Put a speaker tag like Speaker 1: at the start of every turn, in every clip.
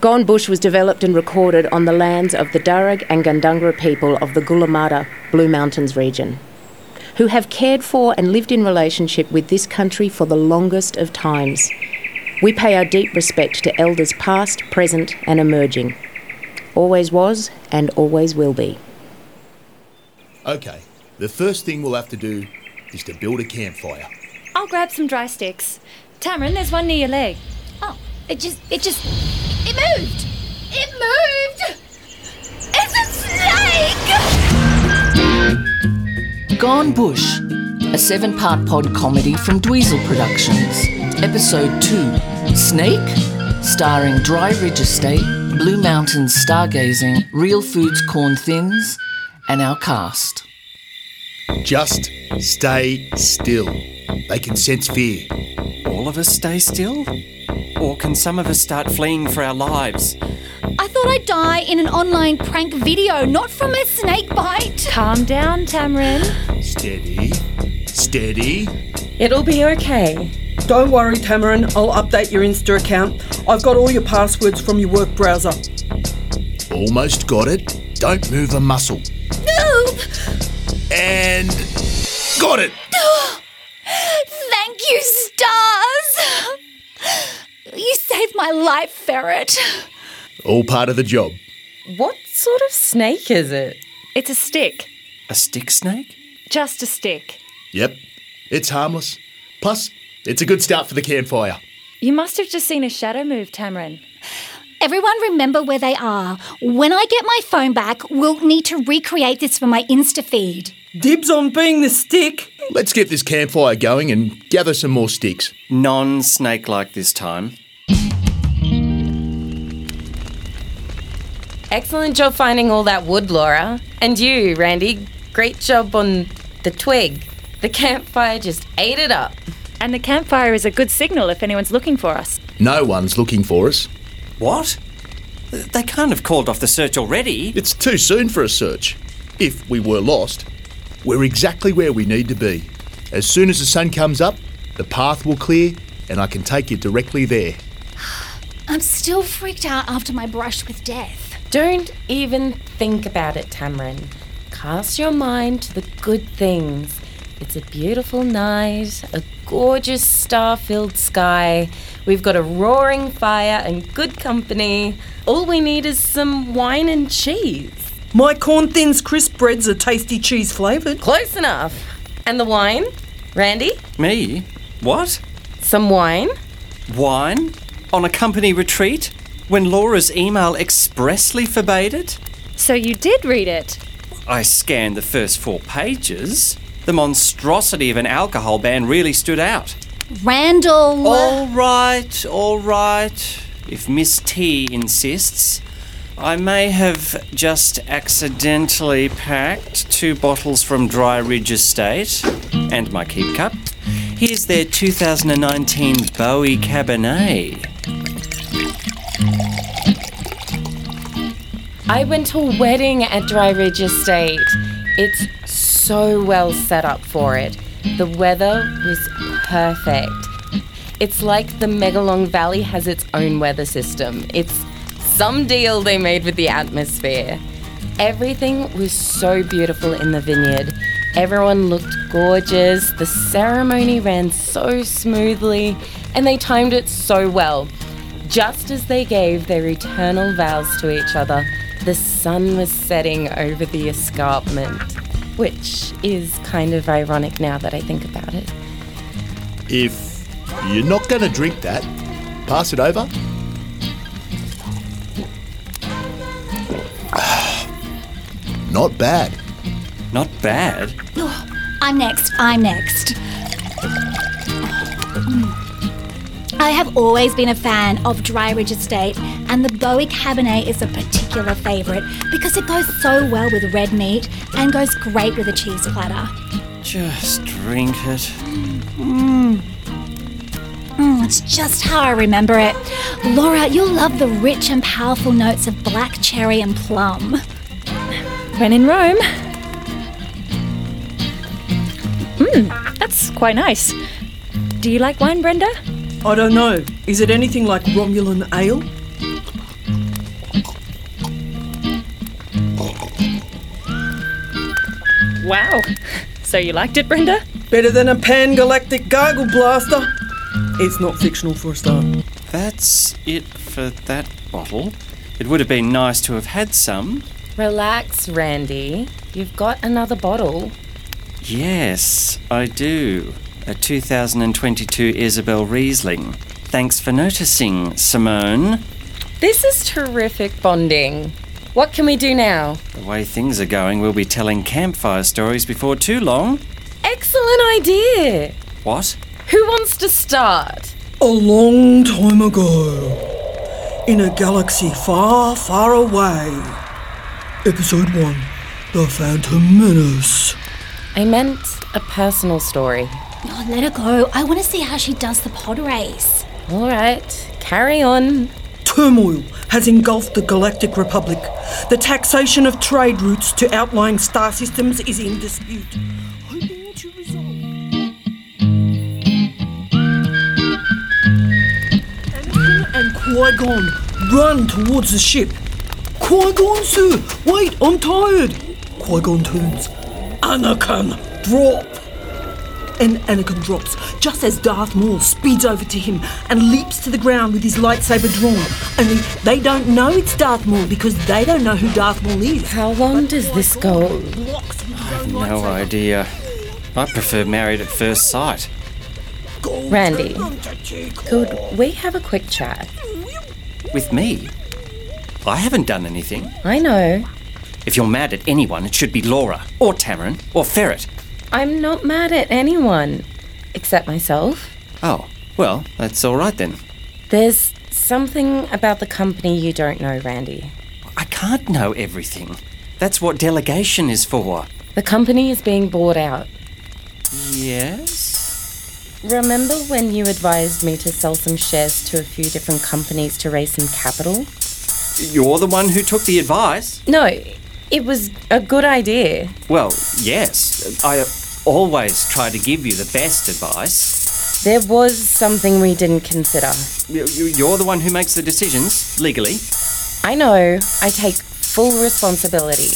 Speaker 1: Gone Bush was developed and recorded on the lands of the Darug and Gundungurra people of the Gulamada Blue Mountains region, who have cared for and lived in relationship with this country for the longest of times. We pay our deep respect to elders past, present, and emerging. Always was and always will be.
Speaker 2: Okay, the first thing we'll have to do is to build a campfire.
Speaker 3: I'll grab some dry sticks. Tamarin, there's one near your leg.
Speaker 4: Oh, it just, it just, it moved! It moved! It's a snake!
Speaker 5: Gone Bush, a seven part pod comedy from Dweezil Productions. Episode 2 Snake, starring Dry Ridge Estate, Blue Mountains Stargazing, Real Foods Corn Thins, and our cast.
Speaker 2: Just stay still. They can sense fear.
Speaker 6: All of us stay still? Or can some of us start fleeing for our lives?
Speaker 4: I thought I'd die in an online prank video, not from a snake bite.
Speaker 3: Calm down, Tamrin.
Speaker 2: Steady. Steady.
Speaker 7: It'll be okay.
Speaker 8: Don't worry, Tamarin. I'll update your Insta account. I've got all your passwords from your work browser.
Speaker 2: Almost got it. Don't move a muscle.
Speaker 4: No!
Speaker 2: And. Got it!
Speaker 4: Thank you, stars! You saved my life, Ferret.
Speaker 2: All part of the job.
Speaker 7: What sort of snake is it?
Speaker 3: It's a stick.
Speaker 6: A stick snake?
Speaker 3: Just a stick.
Speaker 2: Yep. It's harmless. Plus, it's a good start for the campfire.
Speaker 3: You must have just seen a shadow move, Tamarin.
Speaker 4: Everyone remember where they are. When I get my phone back, we'll need to recreate this for my Insta feed.
Speaker 8: Dibs on being the stick.
Speaker 2: Let's get this campfire going and gather some more sticks.
Speaker 6: Non snake like this time.
Speaker 9: Excellent job finding all that wood, Laura. And you, Randy. Great job on the twig. The campfire just ate it up.
Speaker 3: And the campfire is a good signal if anyone's looking for us.
Speaker 2: No one's looking for us.
Speaker 6: What? They can't have called off the search already.
Speaker 2: It's too soon for a search. If we were lost, we're exactly where we need to be. As soon as the sun comes up, the path will clear and I can take you directly there.
Speaker 4: I'm still freaked out after my brush with death.
Speaker 9: Don't even think about it, Tamarin. Cast your mind to the good things. It's a beautiful night, a gorgeous star filled sky. We've got a roaring fire and good company. All we need is some wine and cheese.
Speaker 8: My corn thins crisp breads are tasty cheese flavoured.
Speaker 9: Close enough. And the wine? Randy?
Speaker 6: Me? What?
Speaker 9: Some wine?
Speaker 6: Wine? On a company retreat? when Laura's email expressly forbade it?
Speaker 3: So you did read it?
Speaker 6: I scanned the first four pages. The monstrosity of an alcohol ban really stood out.
Speaker 4: Randall!
Speaker 6: All right, all right. If Miss T insists, I may have just accidentally packed two bottles from Dry Ridge Estate and my keep cup. Here's their 2019 Bowie Cabernet.
Speaker 9: I went to a wedding at Dry Ridge Estate. It's so well set up for it. The weather was perfect. It's like the Megalong Valley has its own weather system. It's some deal they made with the atmosphere. Everything was so beautiful in the vineyard. Everyone looked gorgeous. The ceremony ran so smoothly and they timed it so well. Just as they gave their eternal vows to each other, the sun was setting over the escarpment, which is kind of ironic now that I think about it.
Speaker 2: If you're not going to drink that, pass it over. not bad.
Speaker 6: Not bad?
Speaker 4: I'm next. I'm next. I have always been a fan of Dry Ridge Estate, and the Bowie Cabernet is a particular favourite because it goes so well with red meat and goes great with a cheese platter.
Speaker 6: Just drink it.
Speaker 4: Mm. Mm, it's just how I remember it. Laura, you'll love the rich and powerful notes of black cherry and plum.
Speaker 3: When in Rome. Mmm, that's quite nice. Do you like wine, Brenda?
Speaker 8: I don't know. Is it anything like Romulan ale?
Speaker 10: Wow. So you liked it, Brenda?
Speaker 8: Better than a pan galactic gargle blaster. It's not fictional for a start.
Speaker 6: That's it for that bottle. It would have been nice to have had some.
Speaker 9: Relax, Randy. You've got another bottle.
Speaker 6: Yes, I do. A 2022 Isabel Riesling. Thanks for noticing, Simone.
Speaker 9: This is terrific bonding. What can we do now?
Speaker 6: The way things are going, we'll be telling campfire stories before too long.
Speaker 9: Excellent idea.
Speaker 6: What?
Speaker 9: Who wants to start?
Speaker 8: A long time ago, in a galaxy far, far away. Episode 1 The Phantom Menace.
Speaker 9: I meant a personal story.
Speaker 4: Oh, let her go. I want to see how she does the pod race.
Speaker 9: All right, carry on.
Speaker 8: Turmoil has engulfed the Galactic Republic. The taxation of trade routes to outlying star systems is in dispute. Hoping to resolve. Anakin and Qui Gon run towards the ship. Qui Gon, sir, wait, I'm tired. Qui Gon turns. Anakin, drop. And Anakin drops, just as Darth Maul speeds over to him and leaps to the ground with his lightsaber drawn. Only they don't know it's Darth Maul because they don't know who Darth Maul is.
Speaker 9: How long does this go?
Speaker 8: Blocks with his own
Speaker 6: No
Speaker 8: lightsaber.
Speaker 6: idea. I prefer married at first sight.
Speaker 8: Go,
Speaker 9: Randy.
Speaker 8: turn them to cheek.
Speaker 9: Could we have a quick chat?
Speaker 6: With me? I haven't done anything.
Speaker 9: I know.
Speaker 6: If you're mad at anyone, it should be Laura, or Tamarin, or Ferret.
Speaker 9: I'm not mad at anyone except myself.
Speaker 6: Oh, well, that's all right then.
Speaker 9: There's something about the company you don't know, Randy.
Speaker 6: I can't know everything. That's what delegation is for.
Speaker 9: The company is being bought out.
Speaker 6: Yes?
Speaker 9: Remember when you advised me to sell some shares to a few different companies to raise some capital?
Speaker 6: You're the one who took the advice?
Speaker 9: No, it was a good idea.
Speaker 6: Well, yes. I always try to give you the best advice.
Speaker 9: There was something we didn't consider.
Speaker 6: You- you- You're the one who makes the decisions, legally.
Speaker 9: I know, I take full responsibility.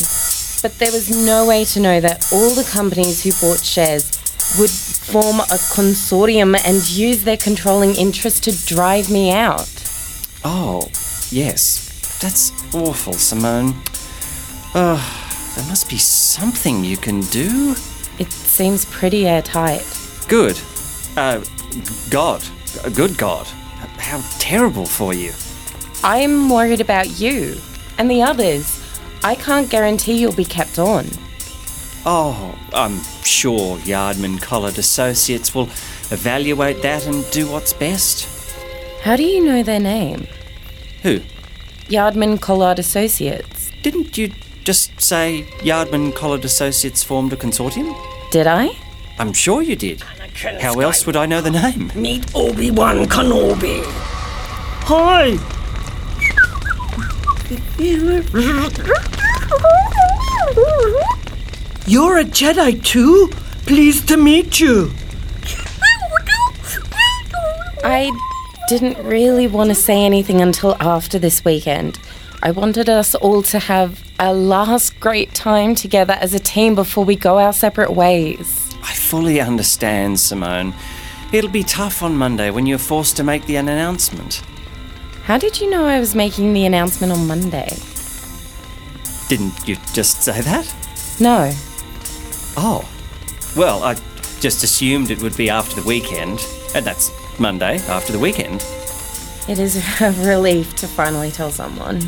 Speaker 9: But there was no way to know that all the companies who bought shares would form a consortium and use their controlling interest to drive me out.
Speaker 6: Oh, yes. That's awful, Simone. Oh, there must be something you can do.
Speaker 9: It seems pretty airtight.
Speaker 6: Good. Uh, God. A Good God. How terrible for you.
Speaker 9: I'm worried about you and the others. I can't guarantee you'll be kept on.
Speaker 6: Oh, I'm sure Yardman Collard Associates will evaluate that and do what's best.
Speaker 9: How do you know their name?
Speaker 6: Who?
Speaker 9: Yardman Collard Associates.
Speaker 6: Didn't you just say Yardman Collard Associates formed a consortium?
Speaker 9: Did I?
Speaker 6: I'm sure you did. How else would I know the name?
Speaker 8: Meet Obi Wan Kenobi. Hi. You're a Jedi too? Pleased to meet you.
Speaker 9: I didn't really want to say anything until after this weekend. I wanted us all to have a last great time together as a team before we go our separate ways.
Speaker 6: I fully understand, Simone. It'll be tough on Monday when you're forced to make the announcement.
Speaker 9: How did you know I was making the announcement on Monday?
Speaker 6: Didn't you just say that?
Speaker 9: No,
Speaker 6: Oh. Well, I just assumed it would be after the weekend, and that's Monday after the weekend.
Speaker 9: it is a relief to finally tell someone.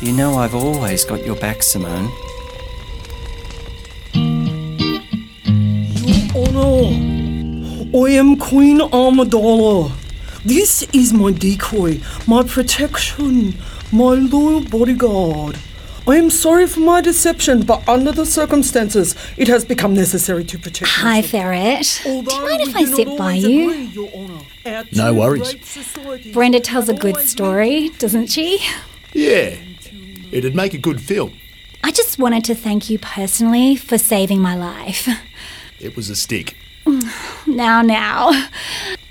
Speaker 6: You know I've always got your back, Simone.
Speaker 8: Honor. I am Queen Amidala. This is my decoy, my protection, my loyal bodyguard. I am sorry for my deception, but under the circumstances, it has become necessary to protect.
Speaker 4: Hi, Ferret. Do you mind if I sit by you?
Speaker 2: No worries.
Speaker 4: Brenda tells a good story, doesn't she?
Speaker 2: Yeah, it'd make a good film.
Speaker 4: I just wanted to thank you personally for saving my life.
Speaker 2: It was a stick.
Speaker 4: Now, now.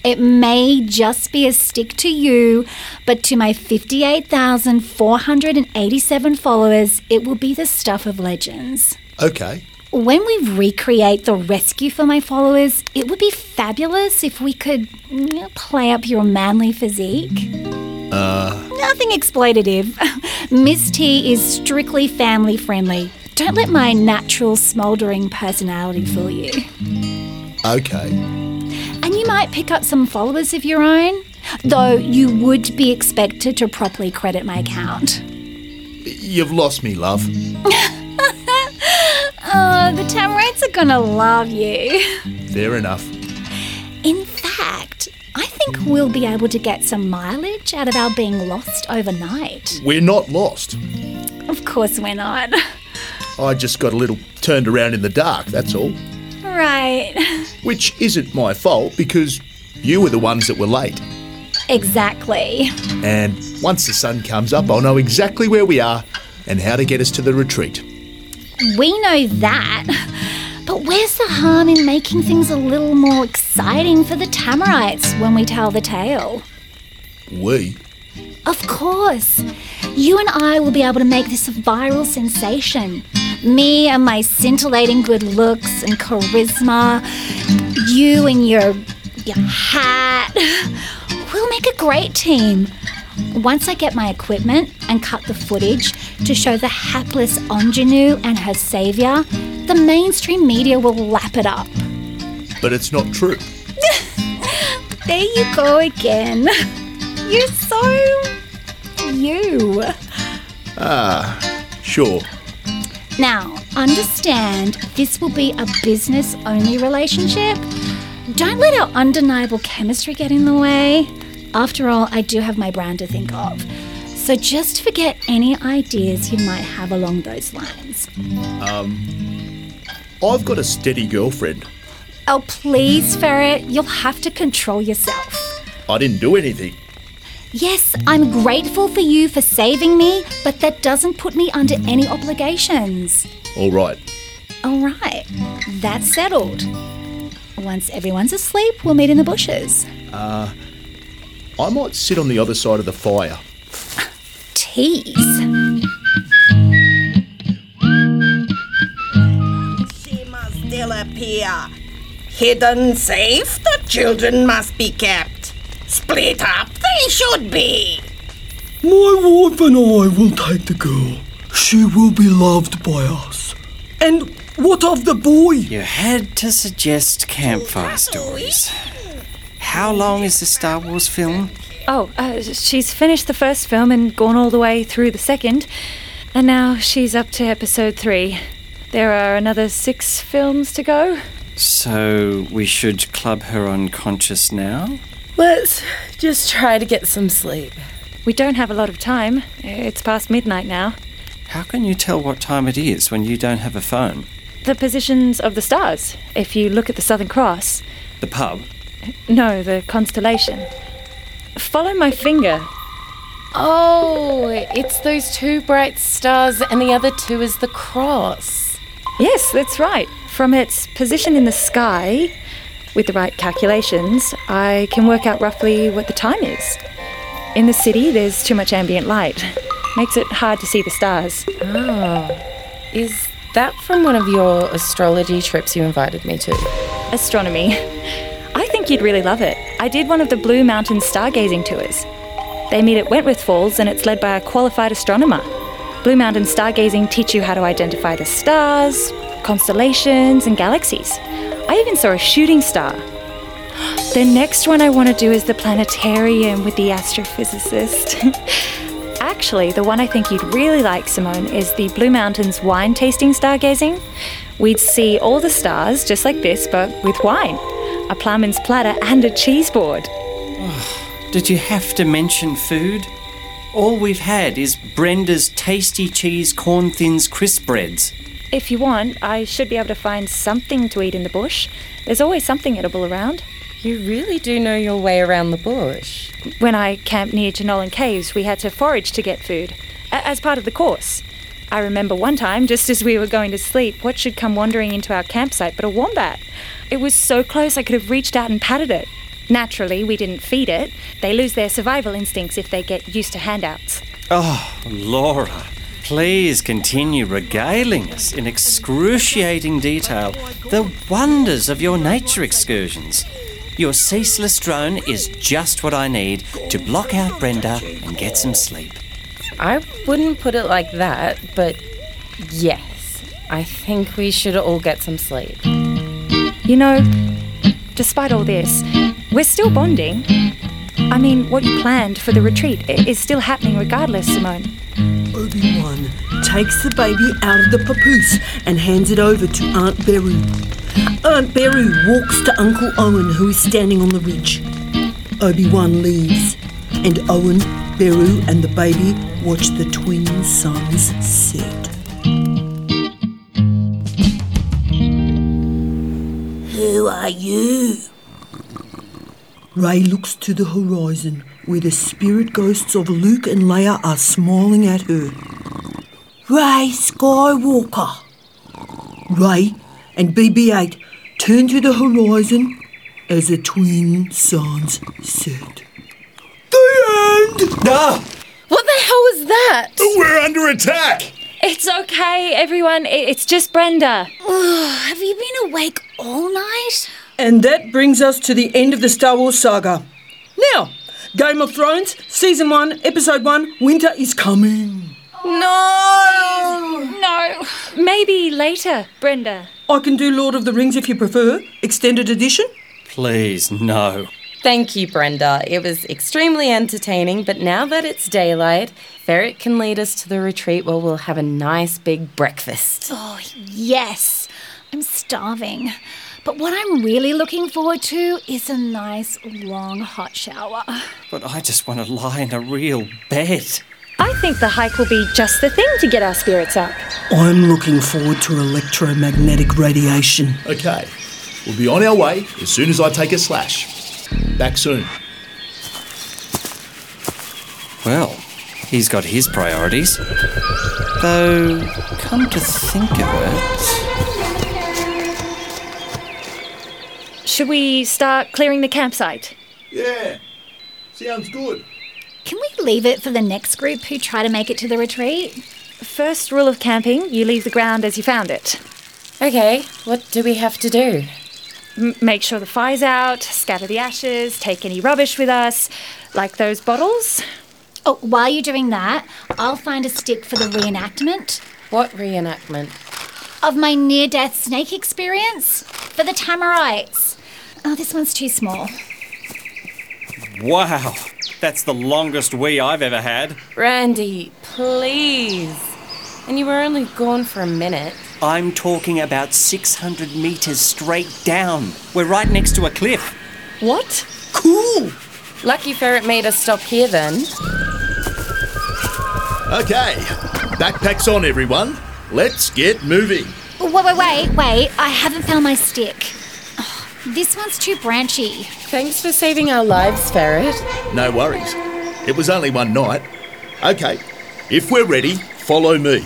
Speaker 4: It may just be a stick to you, but to my 58,487 followers, it will be the stuff of legends.
Speaker 2: Okay,
Speaker 4: When we recreate the rescue for my followers, it would be fabulous if we could you know, play up your manly physique.
Speaker 2: Uh,
Speaker 4: Nothing exploitative. Miss T is strictly family friendly. Don't let my natural smouldering personality fool you.
Speaker 2: okay.
Speaker 4: And you might pick up some followers of your own, though you would be expected to properly credit my account.
Speaker 2: You've lost me, love.
Speaker 4: Oh, the Tamarites are gonna love you.
Speaker 2: Fair enough.
Speaker 4: In fact, I think we'll be able to get some mileage out of our being lost overnight.
Speaker 2: We're not lost.
Speaker 4: Of course, we're not.
Speaker 2: I just got a little turned around in the dark, that's all.
Speaker 4: Right.
Speaker 2: Which isn't my fault because you were the ones that were late.
Speaker 4: Exactly.
Speaker 2: And once the sun comes up, I'll know exactly where we are and how to get us to the retreat.
Speaker 4: We know that. But where's the harm in making things a little more exciting for the Tamarites when we tell the tale?
Speaker 2: We?
Speaker 4: Of course. You and I will be able to make this a viral sensation. Me and my scintillating good looks and charisma. You and your your hat. We'll make a great team. Once I get my equipment and cut the footage to show the hapless ingenue and her savior, the mainstream media will lap it up.
Speaker 2: But it's not true.
Speaker 4: There you go again. You're so you.
Speaker 2: Ah, sure.
Speaker 4: Now, understand this will be a business only relationship. Don't let our undeniable chemistry get in the way. After all, I do have my brand to think of. So just forget any ideas you might have along those lines.
Speaker 2: Um, I've got a steady girlfriend.
Speaker 4: Oh, please, Ferret, you'll have to control yourself.
Speaker 2: I didn't do anything.
Speaker 4: Yes, I'm grateful for you for saving me, but that doesn't put me under any obligations.
Speaker 2: All right.
Speaker 4: All right, that's settled. Once everyone's asleep, we'll meet in the bushes.
Speaker 2: Uh, I might sit on the other side of the fire.
Speaker 4: Tease.
Speaker 11: still appear. Hidden safe, the children must be kept. Split up, they should be.
Speaker 8: My wife and I will take the girl. She will be loved by us. And what of the boy?
Speaker 6: You had to suggest campfire stories. How long is the Star Wars film?
Speaker 10: Oh, uh, she's finished the first film and gone all the way through the second, and now she's up to episode three. There are another six films to go.
Speaker 6: So we should club her unconscious now?
Speaker 9: Let's just try to get some sleep.
Speaker 10: We don't have a lot of time. It's past midnight now.
Speaker 6: How can you tell what time it is when you don't have a phone?
Speaker 10: The positions of the stars. If you look at the Southern Cross,
Speaker 6: The pub?
Speaker 10: no, the constellation. Follow my finger.
Speaker 9: Oh, it's those two bright stars, and the other two is the cross.
Speaker 10: Yes, that's right. From its position in the sky, with the right calculations, I can work out roughly what the time is. In the city, there's too much ambient light. Makes it hard to see the stars.
Speaker 9: Oh. Is that from one of your astrology trips you invited me to?
Speaker 10: Astronomy. I think you'd really love it. I did one of the Blue Mountain stargazing tours. They meet at Wentworth Falls and it's led by a qualified astronomer. Blue Mountain stargazing teach you how to identify the stars, constellations, and galaxies. I even saw a shooting star. The next one I want to do is the planetarium with the astrophysicist. Actually, the one I think you'd really like, Simone, is the Blue Mountains wine tasting stargazing. We'd see all the stars just like this, but with wine, a plowman's platter, and a cheese board.
Speaker 6: Did you have to mention food? All we've had is Brenda's tasty cheese corn thins crisp breads.
Speaker 10: If you want, I should be able to find something to eat in the bush. There's always something edible around.
Speaker 9: You really do know your way around the bush.
Speaker 10: When I camped near Janolan Caves, we had to forage to get food, a- as part of the course. I remember one time, just as we were going to sleep, what should come wandering into our campsite but a wombat. It was so close I could have reached out and patted it. Naturally, we didn't feed it. They lose their survival instincts if they get used to handouts.
Speaker 6: Oh, Laura, Please continue regaling us in excruciating detail the wonders of your nature excursions. Your ceaseless drone is just what I need to block out Brenda and get some sleep.
Speaker 9: I wouldn't put it like that, but yes, I think we should all get some sleep.
Speaker 10: You know, despite all this, we're still bonding. I mean, what you planned for the retreat i- is still happening regardless, Simone.
Speaker 8: Obi-Wan takes the baby out of the papoose and hands it over to Aunt Beru. Aunt Beru walks to Uncle Owen, who is standing on the ridge. Obi-Wan leaves, and Owen, Beru, and the baby watch the twin suns set.
Speaker 11: Who are you?
Speaker 8: Ray looks to the horizon, where the spirit ghosts of Luke and Leia are smiling at her. Ray Skywalker. Ray and BB 8 turn to the horizon as the twin suns set. The end!
Speaker 9: What the hell was that?
Speaker 2: We're under attack!
Speaker 3: It's okay, everyone. I- It's just Brenda.
Speaker 4: Have you been awake all night?
Speaker 8: And that brings us to the end of the Star Wars saga. Now, Game of Thrones, Season 1, Episode 1 Winter is coming.
Speaker 3: No! No. Maybe later, Brenda.
Speaker 8: I can do Lord of the Rings if you prefer, extended edition.
Speaker 6: Please, no.
Speaker 9: Thank you, Brenda. It was extremely entertaining, but now that it's daylight, Ferret can lead us to the retreat where we'll have a nice big breakfast.
Speaker 4: Oh, yes. I'm starving. But what I'm really looking forward to is a nice long hot shower.
Speaker 6: But I just want to lie in a real bed.
Speaker 3: I think the hike will be just the thing to get our spirits up.
Speaker 8: I'm looking forward to electromagnetic radiation.
Speaker 2: Okay, we'll be on our way as soon as I take a slash. Back soon.
Speaker 6: Well, he's got his priorities. Though, come to think of it.
Speaker 3: Should we start clearing the campsite?
Speaker 2: Yeah, sounds good.
Speaker 4: Can we leave it for the next group who try to make it to the retreat?
Speaker 3: First rule of camping you leave the ground as you found it.
Speaker 9: Okay, what do we have to do?
Speaker 3: M- make sure the fire's out, scatter the ashes, take any rubbish with us, like those bottles.
Speaker 4: Oh, while you're doing that, I'll find a stick for the reenactment
Speaker 9: What reenactment?
Speaker 4: of my near death snake experience for the Tamarites. Oh, this one's too small.
Speaker 6: Wow, that's the longest wee I've ever had.
Speaker 9: Randy, please. And you were only gone for a minute.
Speaker 6: I'm talking about 600 meters straight down. We're right next to a cliff.
Speaker 9: What?
Speaker 8: Cool!
Speaker 9: Lucky Ferret made us stop here then.
Speaker 2: Okay, backpacks on, everyone. Let's get moving.
Speaker 4: Oh, Wait, wait, wait, wait. I haven't found my stick. Oh, this one's too branchy.
Speaker 9: Thanks for saving our lives, Ferret.
Speaker 2: No worries. It was only one night. Okay, if we're ready, follow me.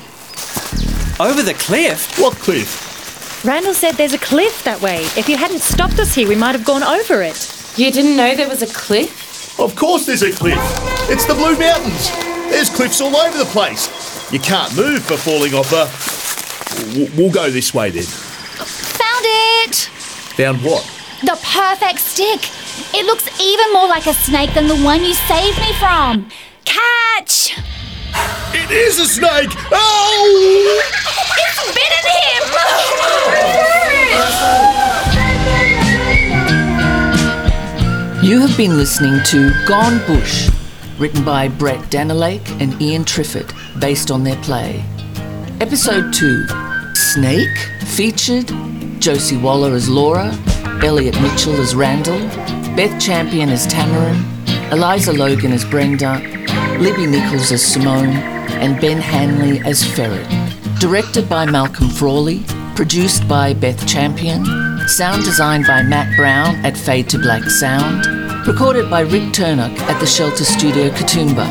Speaker 6: Over the cliff?
Speaker 2: What cliff?
Speaker 3: Randall said there's a cliff that way. If you hadn't stopped us here, we might have gone over it.
Speaker 9: You didn't know there was a cliff?
Speaker 2: Of course there's a cliff. It's the Blue Mountains. There's cliffs all over the place. You can't move for falling off a. W- We'll go this way then.
Speaker 4: Found it!
Speaker 2: Found what?
Speaker 4: The perfect stick. It looks even more like a snake than the one you saved me from. Catch!
Speaker 2: It is a snake! Oh!
Speaker 4: It's bitten him!
Speaker 5: You have been listening to Gone Bush, written by Brett Danilake and Ian Triffett, based on their play. Episode 2 Snake, featured Josie Waller as Laura, Elliot Mitchell as Randall, Beth Champion as Tamarin, Eliza Logan as Brenda, Libby Nichols as Simone, and Ben Hanley as Ferret. Directed by Malcolm Frawley, produced by Beth Champion, sound designed by Matt Brown at Fade to Black Sound, recorded by Rick Turnock at the Shelter Studio Katoomba.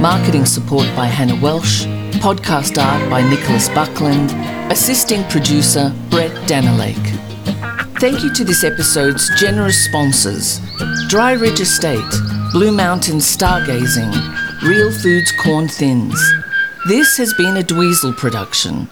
Speaker 5: Marketing support by Hannah Welsh. Podcast art by Nicholas Buckland. Assisting producer Brett Danilake. Thank you to this episode's generous sponsors Dry Ridge Estate, Blue Mountain Stargazing, Real Foods Corn Thins, This has been a Dweezil production.